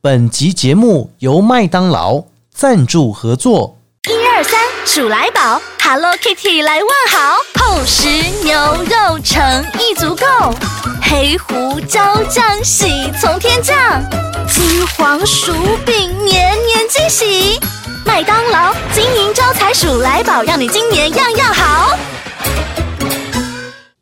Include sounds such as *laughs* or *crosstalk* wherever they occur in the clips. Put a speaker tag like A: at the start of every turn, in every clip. A: 本集节目由麦当劳赞助合作。
B: 一二三，数来宝，Hello Kitty 来问好，碰食牛肉诚意足够，黑胡椒酱喜从天降，金黄薯饼年年惊喜，麦当劳金银招财数来宝，让你今年样样好。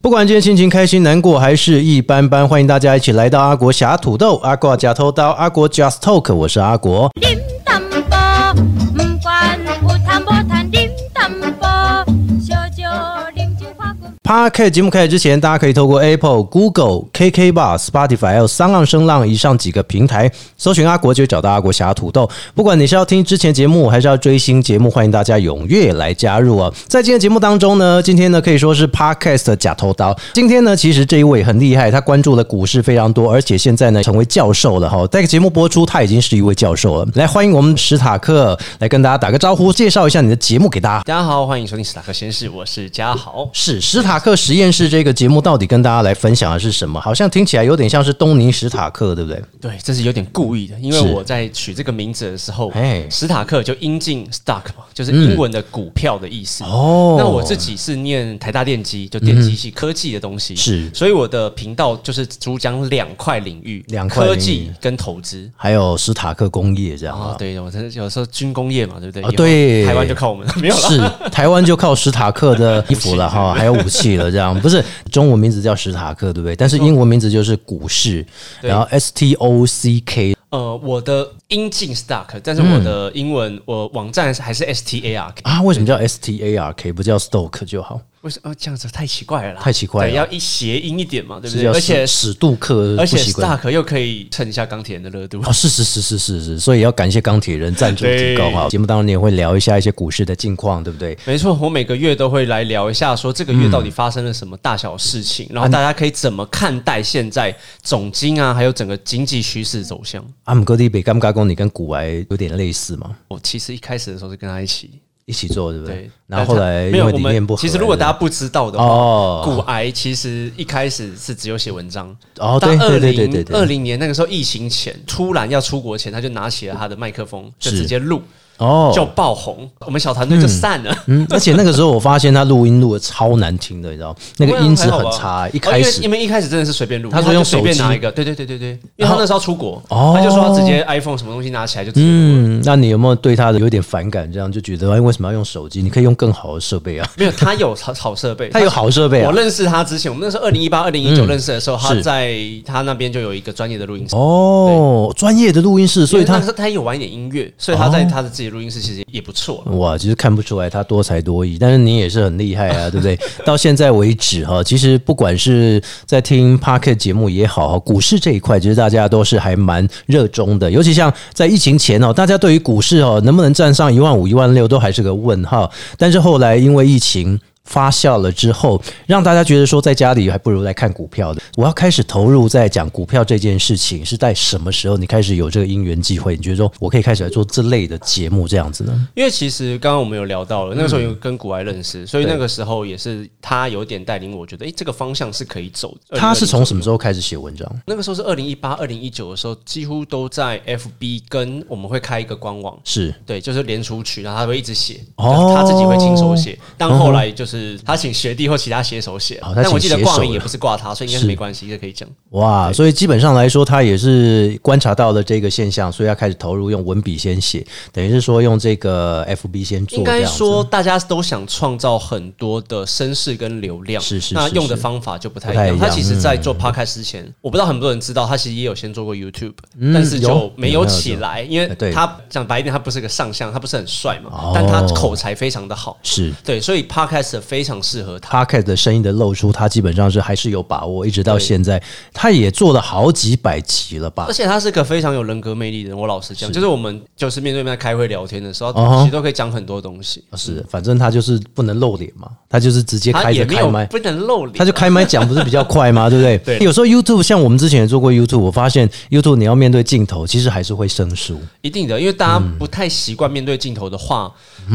A: 不管今天心情开心、难过还是一般般，欢迎大家一起来到阿国侠土豆、阿国假偷刀、阿国 Just Talk，我是阿国。
C: điểm tâm bò mâm quan bù tham bò than điểm tâm bò cho cho điểm chữ khoa của
A: Park 节目开始之前，大家可以透过 Apple、Google、KK Bar、Spotify 还有三浪声浪以上几个平台搜寻阿国，就会找到阿国侠土豆。不管你是要听之前节目，还是要追新节目，欢迎大家踊跃来加入啊！在今天节目当中呢，今天呢可以说是 Podcast 的假头刀。今天呢，其实这一位很厉害，他关注的股市非常多，而且现在呢成为教授了哈。在节目播出，他已经是一位教授了。来，欢迎我们史塔克来跟大家打个招呼，介绍一下你的节目给大家。
D: 大家好，欢迎收听史塔克先生，我是嘉豪。
A: 是史塔克实验室这个节目到底跟大家来分享的是什么？好像听起来有点像是东尼史塔克，对不对？
D: 对，这是有点故意的，因为
A: 是
D: 我在取这个名字的时候
A: 哎，
D: 史塔克就英进 stock 嘛，就是英文的股票的意思。
A: 哦
D: 那我自己是念台大电机，就电机系科技的东西，
A: 是
D: 所以我的频道就是主讲两块领域，
A: 两块领域
D: 科技跟投资。
A: 还有史塔克工业这样
D: 啊
A: 啊，，
D: 对，我真的有时候军工业嘛，对不对？
A: 啊
D: 以后
A: 对
D: 台湾就靠我们， *laughs* 没有了。
A: 是台湾就靠史塔克的衣服了
D: *laughs*
A: 哈，还有武器了，这样不是中文名字叫史塔克，对不对？但是英文名字就是股市，
D: 对
A: 然后 S T O C K
D: 呃，我的英进 stock，但是我的英文、我网站还是 S T A R，
A: 啊，为什么叫 S T A R K 不叫 Stoke 就好？
D: 为什么哦这样子太奇怪了啦？
A: 太奇怪了
D: 对，要一谐音一点嘛，对
A: 是
D: 不对？
A: 叫
D: 而
A: 史
D: 且
A: 史杜克，
D: 而且
A: 不习惯
D: Stark 又可以蹭一下钢铁人的热度。
A: 哦，是是是是是是，所以要感谢钢铁人赞助提供哈。
D: 对
A: 节目当中你也会聊一下一些股市的近况，对不对？
D: 没错，我每个月都会来聊一下，说这个月到底发生了什么大小事情，然后
A: 嗯
D: 大家可以怎么看待现在总金啊，还有整个经济趋势走向。
A: 阿姆哥弟北甘嘎啊工，你跟古癌有点类似嘛，
D: 我其实一开始的时候是跟他一起，
A: 一起做对不对？
D: 对，
A: 然后后来
D: 但是他
A: 因
D: 没有
A: 为
D: 我
A: 理
D: 们
A: 念不合，
D: 其实如果大家不知道的话，
A: 哦
D: 骨癌其实一开始是只有写文章。
A: 哦，
D: 到
A: 对
D: 二
A: 对对对对
D: 零
A: 对，
D: 二零年那个时候疫情前，突然要出国前，他就拿起了他的麦克风，就是直接录，
A: 哦，
D: 就爆红，我们小团队就散了。
A: 嗯，而且那个时候我发现他录音录的超难听的，你知道，那个音质很差，一开
D: 哦
A: 始
D: 因为因为一开始真的是随便录，
A: 他说用
D: 就随便
A: 手机
D: 拿一个，对对对对对，因为
A: 然
D: 他
A: 后
D: 那时候要出国，
A: 哦
D: 他就说他直接 iPhone 什么东西拿起来就直接录了。
A: 嗯，那你有没有对他的有点反感？这样就觉得哎，为什么要用手机？你可以用更好的设备啊。
D: 没有，他有好好设备，
A: 他有好设备啊嗯
D: 我认识他之前，我们那时候二零一八、二零一九认识的时候，他
A: 是
D: 在他那边就有一个专业的录音室。
A: 哦，专业的录音室，所以
D: 因为
A: 他
D: 那
A: 哦
D: 个时候他有玩一点音乐，所以他在他的自己的录音室其实也不错了。
A: 哇，其实看不出来他多才多艺，但是你也是很厉害啊，对不对？到现在为止哈， *laughs* 其实不管是在听 Parket 节目也好，股市这一块，其实大家都是还蛮热衷的。尤其像在疫情前哦，大家对于股市哦能不能站上一万五、一万六都还是个问号。但是后来因为疫情。发酵了之后，让大家觉得说在家里还不如来看股票的。我要开始投入在讲股票这件事情，是在什么时候你开始有这个因缘机会？你觉得说我可以开始来做这类的节目这样子呢？
D: 因为其实刚刚我们有聊到了，那个
A: 嗯
D: 时候有跟古埃认识，所以那个时候也是他有点带领我，觉得哎、诶这个方向是可以走的。
A: 他是从什
D: 么？
A: 么时候开始写文章？
D: 那个时候是二零一八、二零一九的时候，几乎都在 FB 跟我们会开一个官网，
A: 是
D: 对，就是联出去，然后他会一直写，
A: 哦嗯
D: 他自己会亲手写。但后来就是他请学弟或其他写手写，
A: 哦他请
D: 但我记得
A: 写手
D: 挂名
A: 了
D: 也不是挂他，所以应该
A: 是
D: 是没关系，这可以讲。
A: 哇，所以基本上来说，他也是观察到了这个现象，所以要开始投入用文笔先写，等于是说用这个 FB 先做。
D: 应该
A: 这样子
D: 说，大家都想创造很多的声势跟流量，
A: 是是
D: 那
A: 是
D: 用的
A: 是
D: 方法就不太一
A: 不太一
D: 样。他
A: 样嗯
D: 其实，在做 podcast 之前，我不知道很多人知道，他其实也有先做过 YouTube，但是
A: 嗯有
D: 就没
A: 有
D: 有
A: 有哎
D: 起来，因
A: 对
D: 为他讲白一点，他不是个上相，他不是很帅
A: 哦
D: 嘛，但他口才非常的好，
A: 是
D: 对，所以 podcast 非常适合他。
A: p o c a s t 的声音的露出，他基本上是还是有把握，一直到现在，他也做了好几百集了吧
D: 而？且他是个非常有人格魅力的人，我老实讲，就是我们就是面对面开会聊天的时候，
A: 哦
D: 其实都可以讲很多东西，
A: 是，反正他就是不能露脸嘛，他就是直接
D: 他
A: 开
D: 也
A: 着
D: 没
A: 开
D: 有
A: 麦。
D: 不能露脸啊，
A: 他就开麦讲不是比较快
D: *laughs*
A: 吗？对不对？
D: 对
A: 有时候 YouTube 像我们之前也做过 YouTube，我发现 YouTube 你要面对镜头，其实还是会生疏。
D: 嗯一定的，因为大家不太习惯面对镜头的话，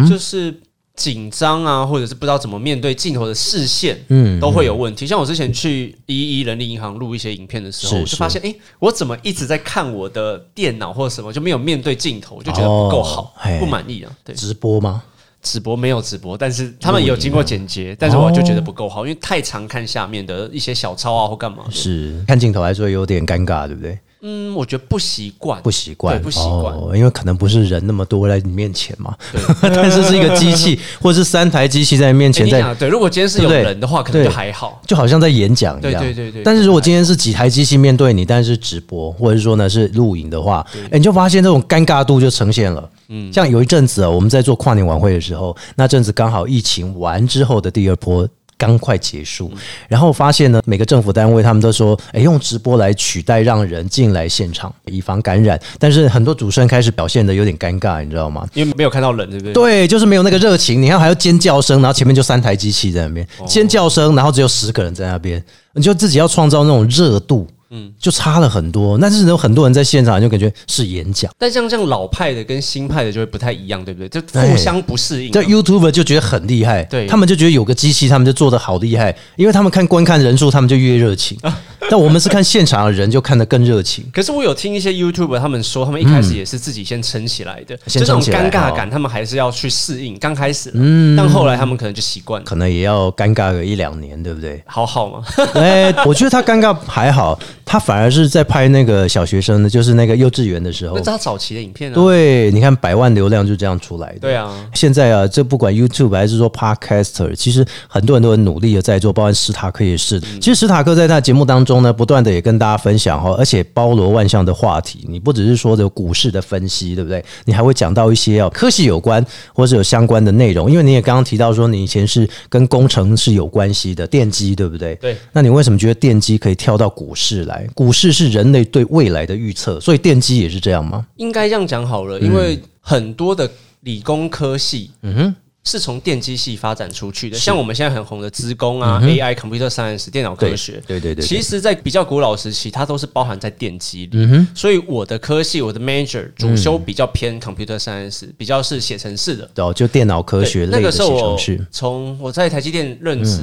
D: 就是紧张啊，或者是不知道怎么面对镜头的视线，
A: 嗯
D: 嗯，都会有问题。像我之前去一一人力银行录一些影片的时候，
A: 是
D: 我就发现，哎、我怎么一直在看我的电脑或者什么，就没有面对镜头，我就觉得不够
A: 哦
D: 好，
A: 嘿
D: 不满意啊。对，
A: 直播吗？
D: 直播没有直播，但是他们有经过剪接，但是我就觉得不够嗯好，因为太常看下面的一些小抄啊或干嘛的。
A: 是看镜头还是会有点尴尬，对不对？
D: 嗯，我觉得不习惯，
A: 不习惯，
D: 对不习惯。
A: 哦，因为可能不是人那么多在你面前嘛， *laughs* 但是是一个机器，或是三台机器在你面
D: 诶
A: 前
D: 哎你
A: 在，
D: 想对，如果今天是有
A: 对不对
D: 人的话，可能就
A: 对
D: 还好。
A: 就好像在演讲一样。
D: 对对对对
A: 但是如果今天是几台机器面对你，但是直播或者说呢是录影的话，哎、你就发现这种尴尬度就呈现了。嗯，像有一阵子啊，我们在做跨年晚会的时候，那阵子刚好疫情完之后的第二波。刚快结束，
D: 嗯
A: 然后发现呢，每个政府单位他们都说，哎，用直播来取代让人进来现场，以防感染。但是很多主持人开始表现的有点尴尬，你知道吗？
D: 因为没有看到人，对不对？
A: 对，就是没有那个热情。你看，还要尖叫声，然后前面就三台机器在那边、
D: 哦
A: 尖叫声，然后只有十个人在那边，你就自己要创造那种热度，嗯，就差了很多。但是有很多人在现场就感觉是演讲，
D: 但像这样老派的跟新派的就会不太一样，对不对？就
A: 对
D: 互相不适应啊。
A: 这 YouTuber 就觉得很厉害，
D: 对
A: 他们就觉得有个机器，他们就做的好厉害，因为他们看观看人数，他们就越热情。
D: 啊
A: 但我们是看现场的人，就看得更热情。
D: 可是我有听一些 YouTuber 他们说，他们一开始也是自己先撑起来的，
A: 嗯先
D: 就这
A: 撑
D: 种
A: 起来哦
D: 尴尬感，他们还是要去适应。刚开始，嗯，但后来他们可能就习惯了，
A: 可能也要尴尬个一两年，对不对？
D: 好
A: *laughs*
D: 好嘛。
A: 哎、我觉得他尴尬还好，他反而是在拍那个小学生的，就是那个幼稚园的时候
D: 那。是他早期的影片啊，
A: 对，你看百万流量就这样出来的。
D: 对啊，
A: 现在啊，这不管 YouTube 还是说 Podcaster，其实很多人都很努力的在做，包括史塔克也是。
D: 嗯
A: 其实史塔克在他的节目当中呢，不断的也跟大家分享哈，哦而且包罗万象的话题。你不只是说的股市的分析，对不对？你还会讲到一些哦科技有关或者有相关的内容，因为你也刚刚提到说你以前是跟工程是有关系的电机，对不对？
D: 对
A: 那你为什么觉得电机可以跳到股市来？股市是人类对未来的预测，所以电机也是这样吗？
D: 应该这样讲好
A: 嗯
D: 了，因为很多的理工科系，嗯哼。是从电机系发展出去的，像我们现在很红的资工啊、AI、computer science、电脑科学，
A: 嗯对对对对
D: 其实，在比较古老时期，它都是包含在电机里。
A: 嗯
D: 所以我的科系，我的 major 主修比较偏 computer science，、比较是写程式的。
A: 哦，就电脑科
D: 对
A: 学
D: 那
A: 类的
D: 个时
A: 写
D: 候
A: 程嗯
D: 我
A: 序，
D: 从我在台积电任职，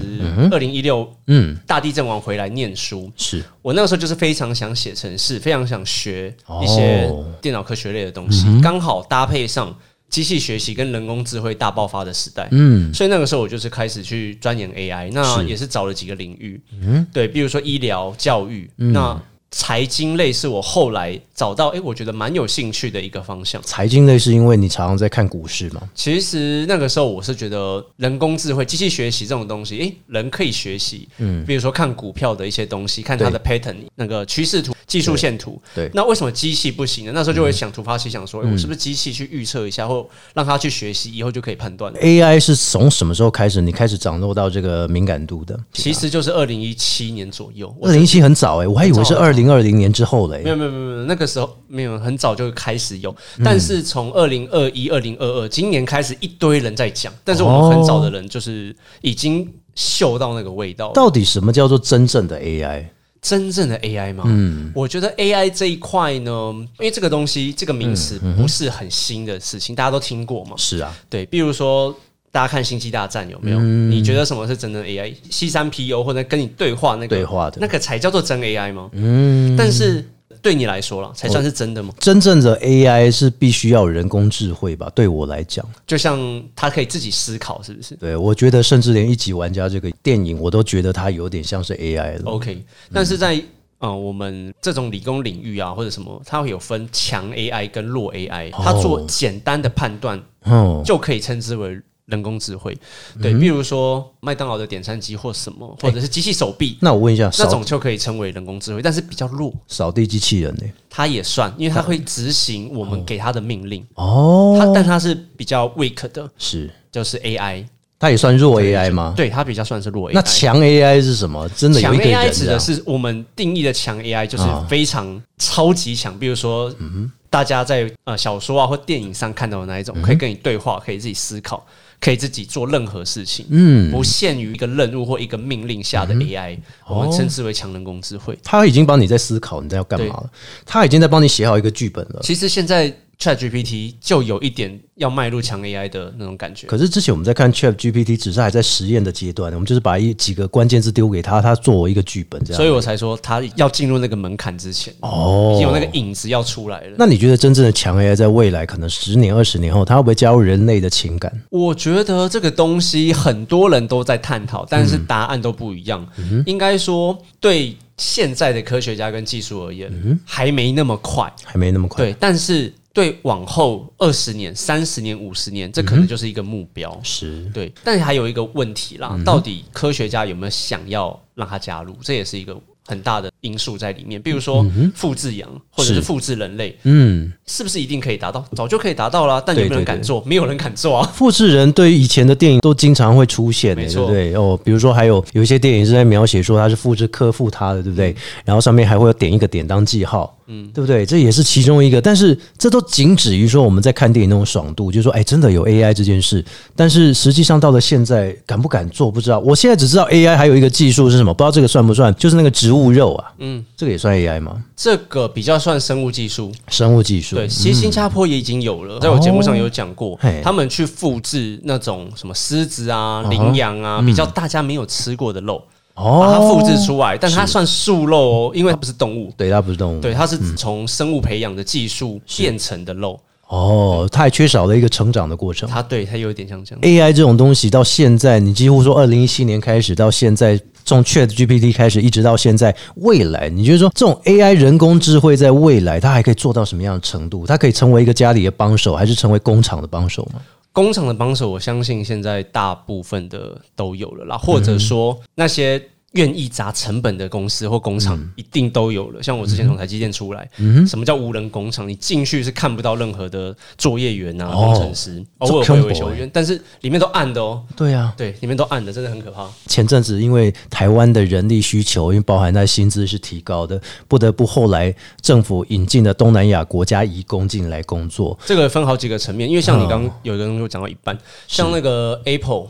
D: 二零一六，嗯，大地震完回来念书，
A: 是
D: 我那个时候就是非常想写程式，非常想学
A: 哦
D: 一些电脑科学类的东
A: 嗯
D: 西，刚、好搭配上机器学习跟人工智慧大爆发的时代，嗯，所以那个时候我就是开始去钻研 AI，那也是找了几个领域，嗯，对，比如说医疗、教育，
A: 嗯
D: 那财经类是我后来找到，诶，我觉得蛮有兴趣的一个方向。
A: 财经类，是因为你常常在看股市嘛？
D: 其实那个时候我是觉得人工智慧、机器学习这种东西，诶，人可以学习，嗯，比如说看股票的一些东西，看它的 pattern 那个趋势图、技术线图，
A: 对嗯
D: 那为什么机器不行呢？那时候就会想突发奇想说，诶我是不是机器去预测一下，或让它去学习，以后就可以判断了？
A: ，AI 是从什么时候开始？你开始掌握到这个敏感度的？
D: 其实就是二零一七年左右，我
A: 二零一七很早哎、我还以为是二
D: 很啊
A: 零二零年之后嘞、
D: 没有没有没有没有，那个时候没有很早就开始有，但是从二零二一、二零二二今年开始一堆人在讲，但是我们很早的人就是已经嗅到那个味道了。
A: 到底什么叫做真正的 AI？
D: 真正的 AI 吗？嗯，我觉得 AI 这一块呢，因为这个东西这个名词不是很新的事情，大家都听过嘛。
A: 是啊，
D: 对，比如说大家看《星际大战》有没有？你觉得什么是真正的 AI？西三 PO 或者跟你对话那个
A: 对话的
D: 那个才叫做真 AI 吗？嗯，但是对你来说啦，才算是真的吗？
A: 真正的 AI 是必须要有人工智慧吧？对我来讲，
D: 就像它可以自己思考，是不是？
A: 对我觉得甚至连一级玩家这个电影，我都觉得它有点像是 AI 了。
D: OK，但是在呃我们这种理工领域啊，或者什么，它会有分强 AI 跟弱 AI，它
A: 哦
D: 做简单的判断
A: 嗯，
D: 就可以称之为人工智慧。对，比如说麦当劳的点餐机或什么，
A: 哎
D: 或者是机器手臂。
A: 那我问一下，
D: 那
A: 扫
D: 种就可以称为人工智慧，但是比较弱，
A: 扫地机器人呢、
D: 它也算，因为它会执行我们给它的命令，它
A: 哦，
D: 但它是比较 weak 的，
A: 是，
D: 就是 AI，
A: 它也算弱
D: 对
A: AI 吗？
D: 对，它比较算是弱 AI。
A: 哦那强 AI 是什么？真的有
D: 强
A: 一个人啊
D: AI 指
A: 这样
D: 的是我们定义的强 AI，就是非常超级强，比如说。
A: 嗯
D: 大家在呃小说啊或电影上看到的那
A: 嗯
D: 一种，可以跟你对话，可以自己思考，可以自己做任何事情，嗯，不限于一个任务或一个命令下
A: 嗯
D: 的 AI，、我们称之为强人工
A: 哦
D: 智慧。
A: 他已经帮你在思考你在要干嘛了，他已经在帮你写好一个剧本了。
D: 其实现在 ChatGPT 就有一点要迈入强 AI 的那种感觉。
A: 可是之前我们在看 Chat GPT，只是还在实验的阶段，我们就是把一几个关键字丢给他，他作为一个剧本这样。
D: 所以我才说他要进入那个门槛之前，
A: 哦
D: 已经有那个影子要出来了。
A: 那你觉得真正的强 AI 在未来可能十年、二十年后，它会不会加入人类的情感？
D: 我觉得这个东西很多人都在探讨，但
A: 嗯
D: 是答案都不一样。应该说，对现在的科学家跟技术而言，还没那么快。
A: 还没那么嗯快。
D: 对，但是对往后二十年、三十年、五十年，这
A: 嗯
D: 可能就是一个目标。
A: 是
D: 对，但是还有一个问题
A: 嗯
D: 啦，到底科学家有没有想要让它加入？这也是一个很大的因素在里面。比如说复制羊，或者
A: 嗯
D: 是
A: 是
D: 复制人类，
A: 嗯，
D: 是不是一定可以达到？早就可以达到啦，但有没有
A: 对
D: 人
A: 对
D: 敢
A: 对
D: 做？没有人敢做啊。
A: 复制人对于以前的电影都经常会出现、
D: 没
A: 欸，对
D: 错
A: 不对？哦，比如说还有有一些电影是在描写说他是复制克复他的，对不
D: 嗯
A: 对？然后上面还会有点一个点当记号，嗯，对不对？这也是其中一个，但是这都仅止于说我们在看电影那种爽度，就是说哎，真的有 AI 这件事。但是实际上到了现在，敢不敢做不知道。我现在只知道 AI 还有一个技术是什么，不知道这个算不算，就是那个植物肉啊，嗯，这个也算 AI 吗？
D: 这个比较算生物技术，
A: 生物技术，
D: 对，其实新加坡也已经有了，在我节目上有讲过
A: 嗯哦嘿，
D: 他们去复制那种什么狮子啊、羚羊啊，比较大家没有吃过的肉，把它
A: 嗯哦，
D: 复制出来，但它算素肉哦，因为它不是动物，
A: 对，它不是动物，
D: 对，它是从生物培养的技术变成的肉，
A: 哦，它还缺少了一个成长的过程。
D: 它对它有一点像这样。
A: AI 这种东西到现在，你几乎说二零一七年开始到现在，从 Chat GPT 开始一直到现在，未来你觉得说这种 AI 人工智慧在未来它还可以做到什么样的程度？它可以成为一个家里的帮手，还是成为工厂的帮手吗？
D: 工厂的帮手，我相信现在大部分的都有了啦，或者说那些。愿意砸成本的公司或工厂一定都有了，像我之前从台积电出来，什么叫无人工厂？你进去是看不到任何的作业员啊、
A: 哦
D: 工程师，
A: 这
D: 偶尔会有
A: 恐怖
D: 维修员，但是里面都暗的哦，
A: 对啊，
D: 对，里面都暗的，真的很可怕。
A: 前阵子因为台湾的人力需求，因为包含在薪资是提高的，不得不后来政府引进了东南亚国家移工进来工作。
D: 这个分好几个层面，因为像你刚刚有一个东西我讲到一半，像那个 Apple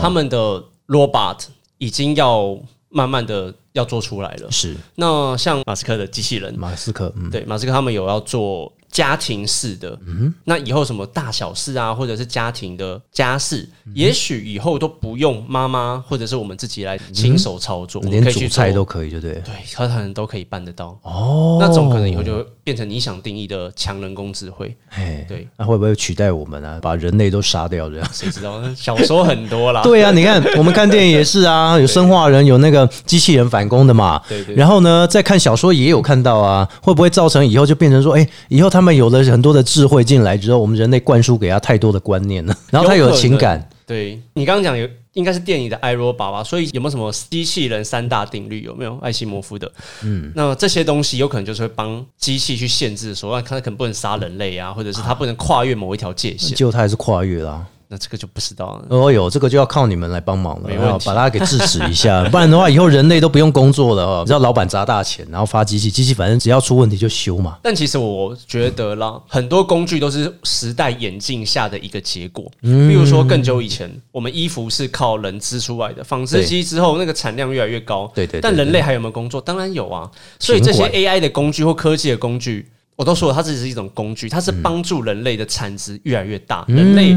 D: 他们的 robot 已经要慢慢的要做出来了。
A: 是
D: 那像马斯克的机器人，
A: 马斯克，嗯，
D: 对马斯克他们有要做家庭式的，那以后什么大小事啊，或者是家庭的家事，
A: 嗯
D: 也许以后都不用妈妈或者是我们自己来亲手操作，我
A: 嗯
D: 们
A: 连
D: 可以
A: 煮
D: 去
A: 菜
D: 做
A: 都可以，对不对？
D: 对，可能都可以办得到。
A: 哦，
D: 那种可能以后就会变成你想定义的强人工智慧，
A: 哎，
D: 对，
A: 那、会不会取代我们啊？把人类都杀掉
D: *laughs*
A: 这样？
D: 谁知道？小说很多
A: *laughs*
D: 啦，
A: 对啊，你看我们看电影也是啊，有生化人，有那个机器人反攻的嘛。
D: 对对对
A: 然后呢，再看小说也有看到啊，会不会造成以后就变成说，哎，以后他们有了很多的智慧进来之后，我们人类灌输给他太多的观念了，然后他有
D: 可
A: 情
D: 能
A: 感。
D: 对你刚刚讲有，应该是电影的艾罗爸爸，所以有没有什么机器人三大定律？有没有艾希摩夫的？嗯，那这些东西有可能就是会帮机器去限制说，啊，它可能不能杀人类啊，或者是它不能跨越某一条界限。
A: 结果他还是跨越了啊、
D: 那这个就不知道了。
A: 哦哟，这个就要靠你们来帮忙了，
D: 没问
A: 要
D: 题
A: 把它给制止一下，不然的话，以后人类都不用工作了哦。你知道老板砸大钱，然后发机器，机器反正只要出问题就修嘛。
D: 但其实我觉得
A: 嗯
D: 啦，很多工具都是时代演进下的一个结果。
A: 嗯
D: 比如说更久以前，我们衣服是靠人织出来的，纺织机之后那个产量越来越高。
A: 对对对
D: 但人类还有没有工作？当然有啊。所以这些
A: 尽
D: AI 的工具或科技的工具。我都说了，它只是一种工具，它
A: 嗯
D: 是帮助人类的产值越来越大，人类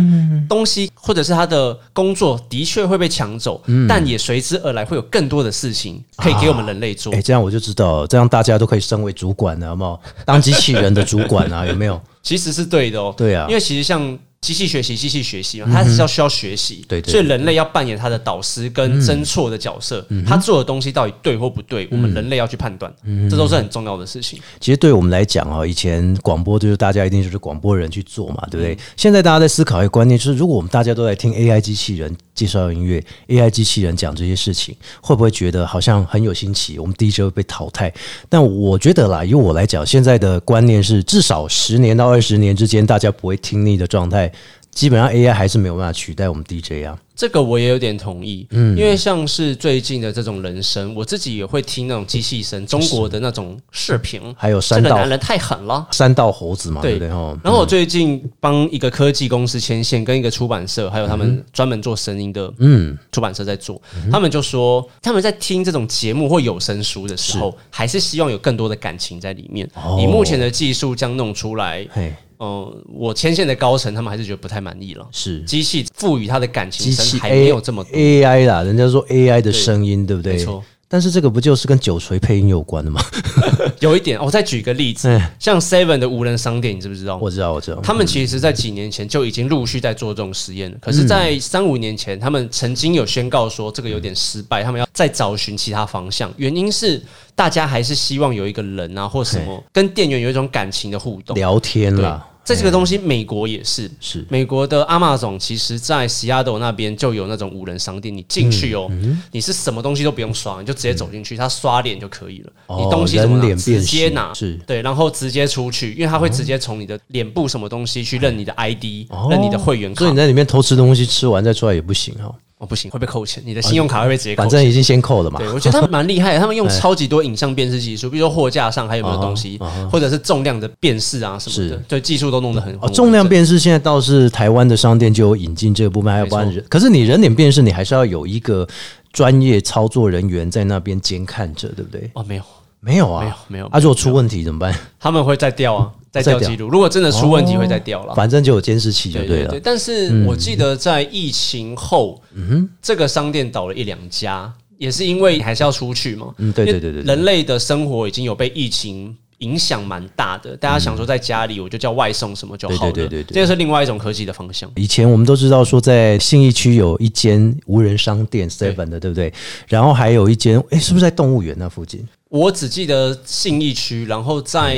D: 东西或者是他的工作的确会被抢走，
A: 嗯
D: 但也随之而来会有更多的事情可以给我们人类做。
A: 哎、这样我就知道，这样大家都可以升为主管了，有没有？当机器人的主管啊，有没
D: *laughs*
A: 有？
D: 其实是对嗯的哦。
A: 对啊
D: 因为其实像机器学习、机器学习嘛，它是要需要学习，
A: 对对
D: 所以人类要扮演它的导师跟侦错的角色，他做的东西到底对或不对，我们人类要去判断，这都是很重要的事情。
A: 其实对我们来讲哦哈，以前广播就是大家一定就是广播人去做嘛，对不对？
D: 嗯
A: 现在大家在思考一个观念，就是如果我们大家都在听 AI 机器人介绍音乐，AI 机器人讲这些事情，会不会觉得好像很有新奇？我们 DJ 会被淘汰？但我觉得啦，以我来讲，现在的观念是，至少十年到二十年之间，大家不会听腻的状态，基本上 AI 还是没有办法取代我们 DJ 啊。
D: 这个我也有点同意，因为像是最近的这种人声，我自己也会听那种机器声，中国的那种视频，
A: 还有
D: 这
A: 山
D: 个
A: 道
D: 男人太狠了。
A: 山道猴子嘛，对
D: 对
A: 不对？哈，
D: 然后我最近帮一个科技公司牵线，跟一个出版社，还有他们专门做声音的
A: 嗯，
D: 出版社在做，他们就说他们在听这种节目或有声书的时候，还是希望有更多的感情在里面。
A: 哦
D: 以目前的技术这样弄出来，
A: 嘿，
D: 嗯，我牵线的高层他们还是觉得不太满意了。
A: 是
D: 机器赋予它的感情
A: 机器哎
D: 声还没有这么多，
A: A I 啦，人家说 A I 的声音，对不对？
D: 没错。
A: 但是这个不就是跟九锤配音有关的
D: *laughs*
A: 吗？
D: 有一点。我再举一个例子
A: 哎，
D: 像 Seven 的无人商店，你知不知道？
A: *laughs* 我知道，我知道，
D: 他们其实，在几年前就已经陆续在做这种实验了。可是，在三五年前，他们曾经有宣告说这个有点失败，他们要再找寻其他方向。原因是大家还是希望有一个人啊，或什么跟店员有一种感情的互动。
A: 聊天
D: 对
A: 啦，
D: 在这个东西，美国也是，
A: 是
D: 美国的阿玛总，其实在西雅图那边就有那种无人商店，你进去哦，
A: 嗯
D: 你是什么东西都不用刷，你就直接走进去，他刷脸就可以了。
A: 哦
D: 你东西怎么
A: 人脸
D: 拿，
A: 辨识
D: 直接拿，
A: 是
D: 对，然后直接出去，因为他会直接从你的脸部什么东西去认你的 ID，认你的会员卡
A: 嗯哦所以。你在里面偷吃东西，吃完再出来也不行哦，
D: 哦，不行，会被扣钱，你的信用卡会被直接扣
A: 反
D: 钱。
A: 正哎已经先扣了嘛
D: 对，。我觉得他们蛮厉害的，他
A: *laughs*
D: 们用超级多影像辨识技术，比如说货架上还有没有东西，
A: 啊
D: 或者是重量的辨识啊什么的
A: 是，
D: 对，技术都弄得很
A: 哦，
D: 很
A: 重量
D: 完整
A: 辨识现在倒是台湾的商店就有引进这个部分，还有包含人，可是你人脸辨识，你还是要有一个专业操作人员在那边监看着，对不对？
D: 哦，没有，
A: 没有啊，
D: 没有没有
A: 啊，如果出问题怎么办？
D: 他们会再调啊，再
A: 再
D: 调
A: 调
D: 记录。如果真的出问题，会再调了。
A: 反正就有监视器就
D: 对
A: 了嗯
D: 对，。但是我记得在疫情后，这个商店倒了一两家，也是因为还是要出去嘛。
A: 嗯对对
D: 因为
A: 对对对
D: 人类的生活已经有被疫情影响蛮大的，大家想说在家里我就叫外送什么就好了，
A: 嗯对对对对对
D: 这是另外一种科技的方向。
A: 以前我们都知道说，在信义区有一间无人商店 Seven 的，对不对？然后还有一间，诶，是不是在动物园那附近？
D: 我只记得信义区，然后在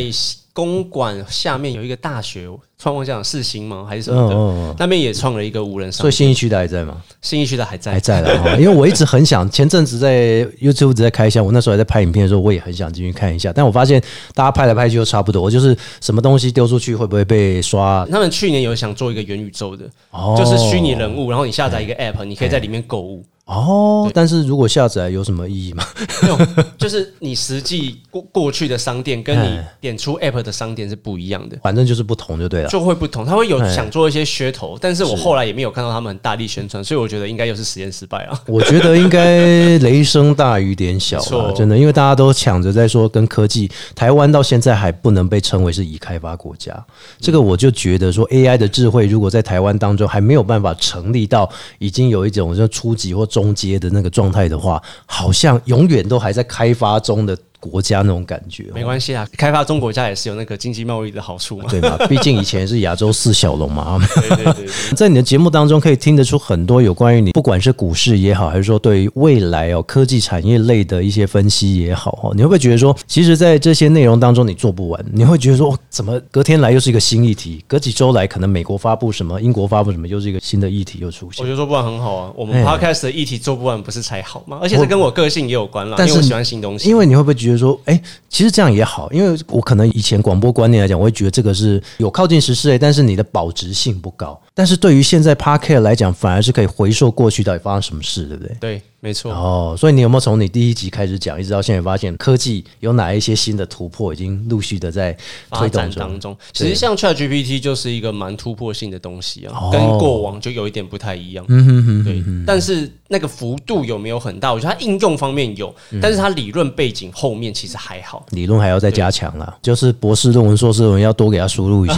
D: 公馆下面有一个大学，创忘记讲世新吗还是什么的，
A: 嗯嗯嗯
D: 那边也创了一个无人商
A: 所以
D: 店。
A: 信义区的还在吗？
D: 信义区的还在，
A: 还在了哦 *laughs* 哈，因为我一直很想，前阵子在 YouTube 一直在开箱，我那时候还在拍影片的时候，我也很想进去看一下，但我发现大家拍来拍去都差不多，就是什么东西丢出去会不会被刷？
D: 他们去年有想做一个元宇宙的，
A: 哦
D: 就是虚拟人物，然后你下载一个 app，你可以在里面购物，
A: 哦，但是如果下载有什么意义吗？ *laughs*
D: 没有， *laughs* 就是你实际过过去的商店跟你
A: 哎
D: 点出 app 的商店是不一样的。
A: 反正就是不同就对了。
D: 就会不同，他会有想做一些噱头，但是我后来也没有看到他们很大力宣传，所以我觉得应该又是实验失败啊。
A: *laughs* 我觉得应该雷声大雨点小
D: 没
A: 啦
D: 错，
A: 真的，因为大家都抢着在说跟科技，台湾到现在还不能被称为是已开发国家。这个我就觉得说，AI 的智慧如果在台湾当中还没有办法成立到已经有一种就初级或中阶的那个状态的话，好像永远都还在开发中的国家那种感觉哦。
D: 没关系啊，开发中国家也是有那个经济贸易的好处嘛。 *laughs*
A: 对嘛？毕竟以前是亚洲四小龙嘛，啊
D: 对对对对，
A: 在你的节目当中，可以听得出很多有关于你，不管是股市也好，还是说对于未来哦科技产业类的一些分析也好哦，你会不会觉得说，其实，在这些内容当中你做不完，你会觉得说，哦怎么隔天来又是一个新议题，隔几周来可能美国发布什么，英国发布什么，又是一个新的议题又出
D: 我
A: 现
D: 觉。得做不完很好啊。我们
A: 哎
D: podcast 的议题做不完不是才好吗？而且这跟我个性也有关啦，
A: 但
D: 因
A: 是
D: 为我喜欢新东西。
A: 因为你会不会觉得说，哎、其实这样也好，因为我可能以前广播观念来讲，我会觉得这个是有靠近时事类，哎但是你的保值性不高。但是对于现在 p a r k e t 来讲，反而是可以回溯过去到底发生什么事，对不对？
D: 对，没错。
A: 哦，所以你有没有从你第一集开始讲，一直到现在发现科技有哪一些新的突破，已经陆续的在
D: 发
A: 推动
D: 展
A: 中
D: 当？中，其实像 ChatGPT 就是一个蛮突破性的东西啊，跟过往就有一点不太一样。嗯哼哼，对。但是那个幅度有没有很大？我觉得它应用方面有，但是它理论背景后面其实还好。
A: 理论还要再加强啦，就是博士论文、硕士论文要多给他输入一下。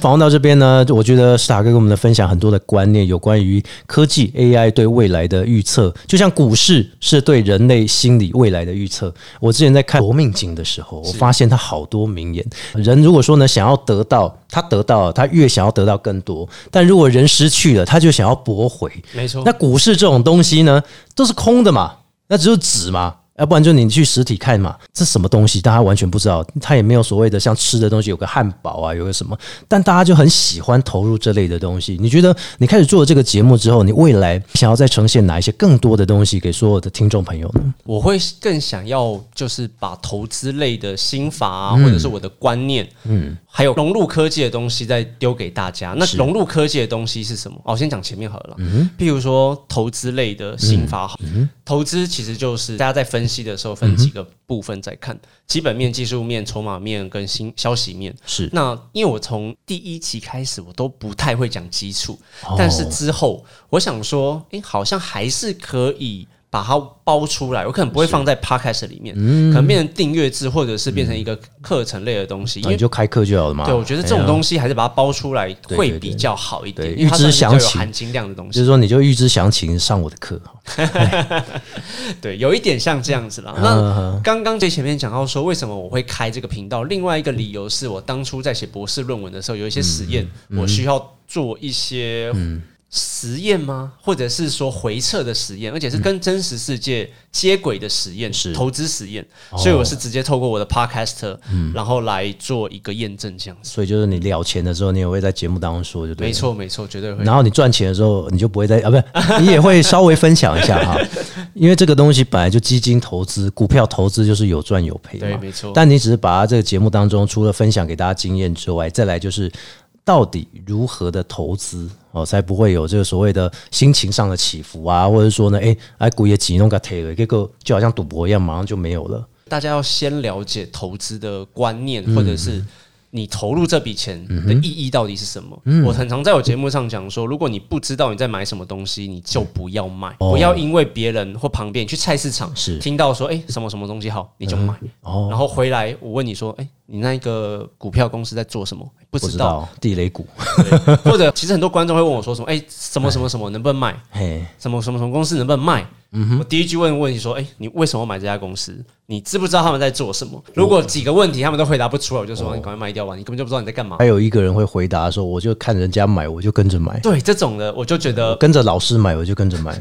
A: 访问到这边呢，我觉得史塔哥给我们的分享很多的观念，有关于科技 AI 对未来的预测，就像股市是对人类心理未来的预测。我之前在看《夺命经》的时候，我发现他好多名言。人如果说呢，想要得到，他得到了，他越想要得到更多；但如果人失去了，他就想要驳回。
D: 没错
A: 那，股市这种东西呢，都是空的嘛，那只有纸嘛，要不然就你去实体看嘛，这什么东西大家完全不知道，它也没有所谓的像吃的东西有个汉堡啊，有个什么，但大家就很喜欢投入这类的东西。你觉得你开始做这个节目之后，你未来想要再呈现哪一些更多的东西给所有的听众朋友呢？
D: 我会更想要就是把投资类的心法啊，或者是我的观念，嗯，还有融入科技的东西再丢给大家。那融入科技的东西是什么？哦，先讲前面好了啦。譬如说投资类的心法好，投资其实就是大家在分析的时候分几个部分在看，基本面、技术面、筹码面跟新消息面。
A: 是
D: 那因为我从第一集开始，我都不太
A: 哦
D: 会讲基础，但是之后我想说，诶，好像还是可以把它包出来，我可能不会放在 podcast 里面，可能变成订阅制，或者是变成一个课程类的东西，因
A: 那
D: 为
A: 你就开课就好了嘛。
D: 对，我觉得这
A: 哎
D: 种
A: 呀
D: 东西还是把它包出来
A: 对
D: 会
A: 对
D: 比较好一点，
A: 对
D: 因为它算是比较
A: 预知详
D: 有
A: 情
D: 含金量的东
A: 就是
D: 西。
A: 说，你就预知详情上我的课，
D: 对，有一点像这样子啦。那
A: 嗯
D: 刚刚最前面讲到说，为什么我会开这个频道，另外一个理由是我当初在写博士论文的时候，有一些实验，
A: 嗯
D: 我需要做一些实验吗？或者是说回测的实验，而且是跟真实世界接轨的实验，
A: 嗯是哦
D: 投资实验。所以我是直接透过我的 podcast，然
A: 嗯
D: 后来做一个验证，这样子。
A: 所以就是你聊钱的时候，你也会在节目当中说，就对。
D: 没。错，没错，绝对会。
A: 然后你赚钱的时候，你就不会再啊，不是，你 *laughs* 也会稍微分享一下
D: *laughs*
A: 哈，因为这个东西本来就基金投资、股票投资就是有赚有赔嘛，
D: 对没错
A: 但你只是把它这个节目当中，除了分享给大家经验之外，再来就是到底如何的投资哦，才不会有这个所谓的心情上的起伏啊，或者说呢，哎，哎，股也急弄个退了，结果就好像赌博一样，马上就没有了。
D: 大家要先了解投资的观念，
A: 嗯
D: 或者是你投入这笔钱的意义到底是什么。
A: 嗯
D: 我很常在我节目上讲说，如果你不知道你在买什么东西，你就不要买，
A: 哦
D: 不要因为别人或旁边你去菜市场
A: 是
D: 听到说，哎、什么什么东西好，你就买。
A: 哦
D: 然后回来我问你说，哎、你那个股票公司在做什么？不
A: 不
D: 知
A: 知
D: 道，
A: 道地雷股，
D: *laughs* 或者其实很多观众会问我说什么，哎、什么什么什么能不能买？
A: 嘿，
D: 什么什么什么公司能不能卖？
A: 嗯
D: 我第一句问问题说，哎、你为什么买这家公司？你知不知道他们在做什么？如果几个问题他们都回答不出来，我就说、
A: 哦
D: 你赶快卖掉吧，你根本就不知道你在干嘛
A: 还。有一个人会回答说，我就看人家买，我就跟着买。
D: 对这种的，我就觉得
A: 跟着老师买，我就跟着买。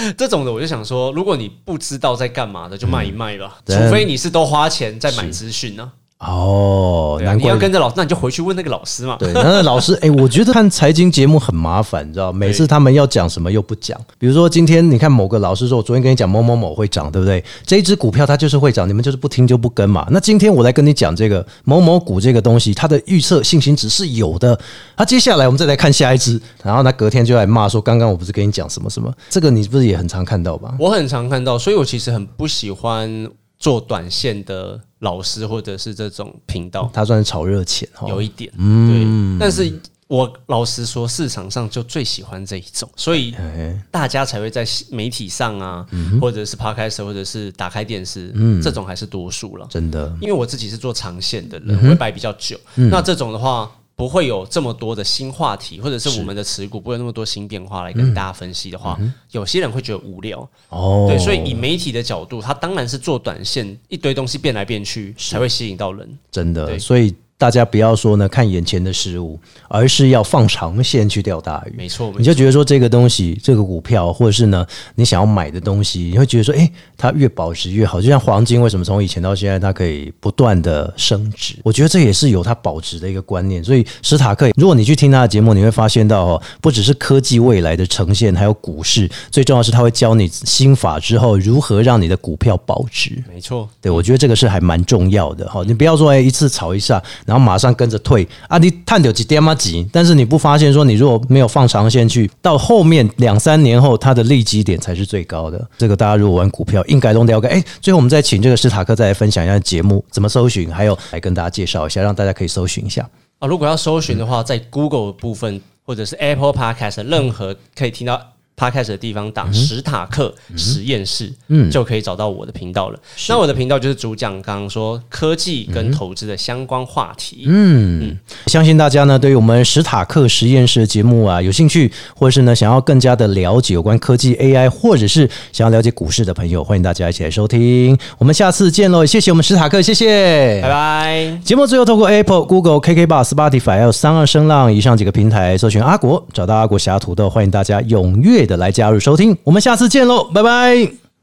A: 嗯
D: 这种的，我就想说，如果你不知道在干嘛的，就卖一卖吧。
A: 嗯对
D: 除非你是都花钱在买资讯呢，
A: 哦，
D: 对啊
A: 难
D: 你
A: 怪
D: 要跟着老师，那你就回去问那个老师嘛。
A: 对，那个老师，哎、我觉得看财经节目很麻烦，你知道，每次他们要讲什么又不讲。比如说今天你看某个老师说，我昨天跟你讲某某某会涨，对不对？这一只股票它就是会涨，你们就是不听就不跟嘛。那今天我来跟你讲这个某某股这个东西，它的预测信心值是有的。那、接下来我们再来看下一只，然后他隔天就来骂说，刚刚我不是跟你讲什么什么？这个你不是也很常看到吧？
D: 我很常看到，所以我其实很不喜欢做短线的老师或者是这种频道。
A: 它算是炒热钱哈。
D: 有一点，
A: 嗯
D: 对。但是我老实说，市场上就最喜欢这一种，所以
A: 哎
D: 大家才会在媒体上啊，
A: 嗯
D: 或者是 podcast，或者是打开电视，这种还是多数了。
A: 真的，
D: 因为我自己是做长线的
A: 嗯
D: 人，我会摆比较久。那这种的话，不会有这么多的新话题，或者是我们的持股不会有那么多新变化来跟大家分析的话，有些人会觉得无聊。
A: 嗯哦，
D: 对，所以以媒体的角度，它当然是做短线，一堆东西变来变去才会吸引到人。
A: 真的，
D: 对
A: 所以大家不要说呢看眼前的事物，而是要放长线去钓大鱼。
D: 没错，没错
A: 你就觉得说这个东西，这个股票，或者是呢你想要买的东西，你会觉得说，诶，它越保值越好。就像黄金，为什么从以前到现在它可以不断的升值？我觉得这也是有它保值的一个观念。所以史塔克，如果你去听他的节目，你会发现到哦，不只是科技未来的呈现，还有股市，最重要的是他会教你心法之后如何让你的股票保值。
D: 没错。
A: 对，我觉得这个是还蛮重要的哈。你不要说哎、一次炒一下，然后马上跟着退啊，你探掉几点嘛几，但是你不发现说你如果没有放长线去，到后面两三年后它的利基点才是最高的。这个大家如果玩股票应该弄掉个。哎、最后我们再请这个史塔克再来分享一下节目怎么搜寻，还有来跟大家介绍一下，让大家可以搜寻一下。
D: 啊，如果要搜寻的话，在 Google 的部分或者是 Apple Podcast 任何可以听到 Podcast 的地方打史塔克实验室，嗯，就可以找到我的频道了。那我的频道就是主讲刚刚说科技跟投资的相关话题，嗯，
A: 相信大家呢，对于我们史塔克实验室的节目啊有兴趣，或者是呢想要更加的了解有关科技 AI，或者是想要了解股市的朋友，欢迎大家一起来收听。我们下次见喽！谢谢我们史塔克，谢谢，
D: 拜拜。
A: 节目最后透过 Apple、Google、KK Bar、Spotify 还有三二声浪以上几个平台搜寻阿国，找到阿国侠土豆，欢迎大家踊跃的来加入收听。我们下次见喽，拜拜。